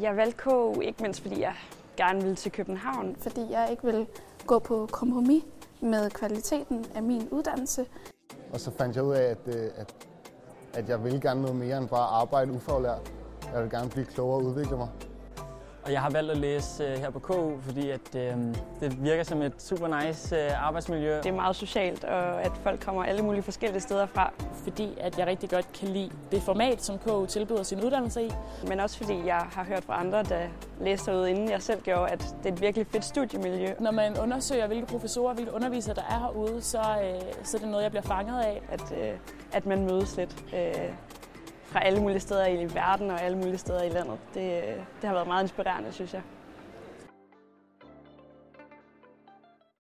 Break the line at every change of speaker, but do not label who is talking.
Jeg valgte KU ikke mindst, fordi jeg gerne ville til København.
fordi jeg ikke vil gå på kompromis med kvaliteten af min uddannelse.
Og så fandt jeg ud af, at, øh, at, at jeg ville gerne noget mere end bare arbejde ufaglært. Jeg ville gerne blive klogere og udvikle mig.
Og jeg har valgt at læse øh, her på KU, fordi at, øh, det virker som et super nice øh, arbejdsmiljø.
Det er meget socialt, og at folk kommer alle mulige forskellige steder fra.
fordi at jeg rigtig godt kan lide det format, som KU tilbyder sin uddannelse i.
Men også fordi jeg har hørt fra andre, der læste derude, inden jeg selv gjorde, at det er et virkelig fedt studiemiljø.
Når man undersøger, hvilke professorer og hvilke undervisere, der er herude, så, øh, så er det noget, jeg bliver fanget af.
At, øh, at man mødes lidt øh, fra alle mulige steder i verden og alle mulige steder i landet. Det, øh, det har været meget inspirerende, synes jeg.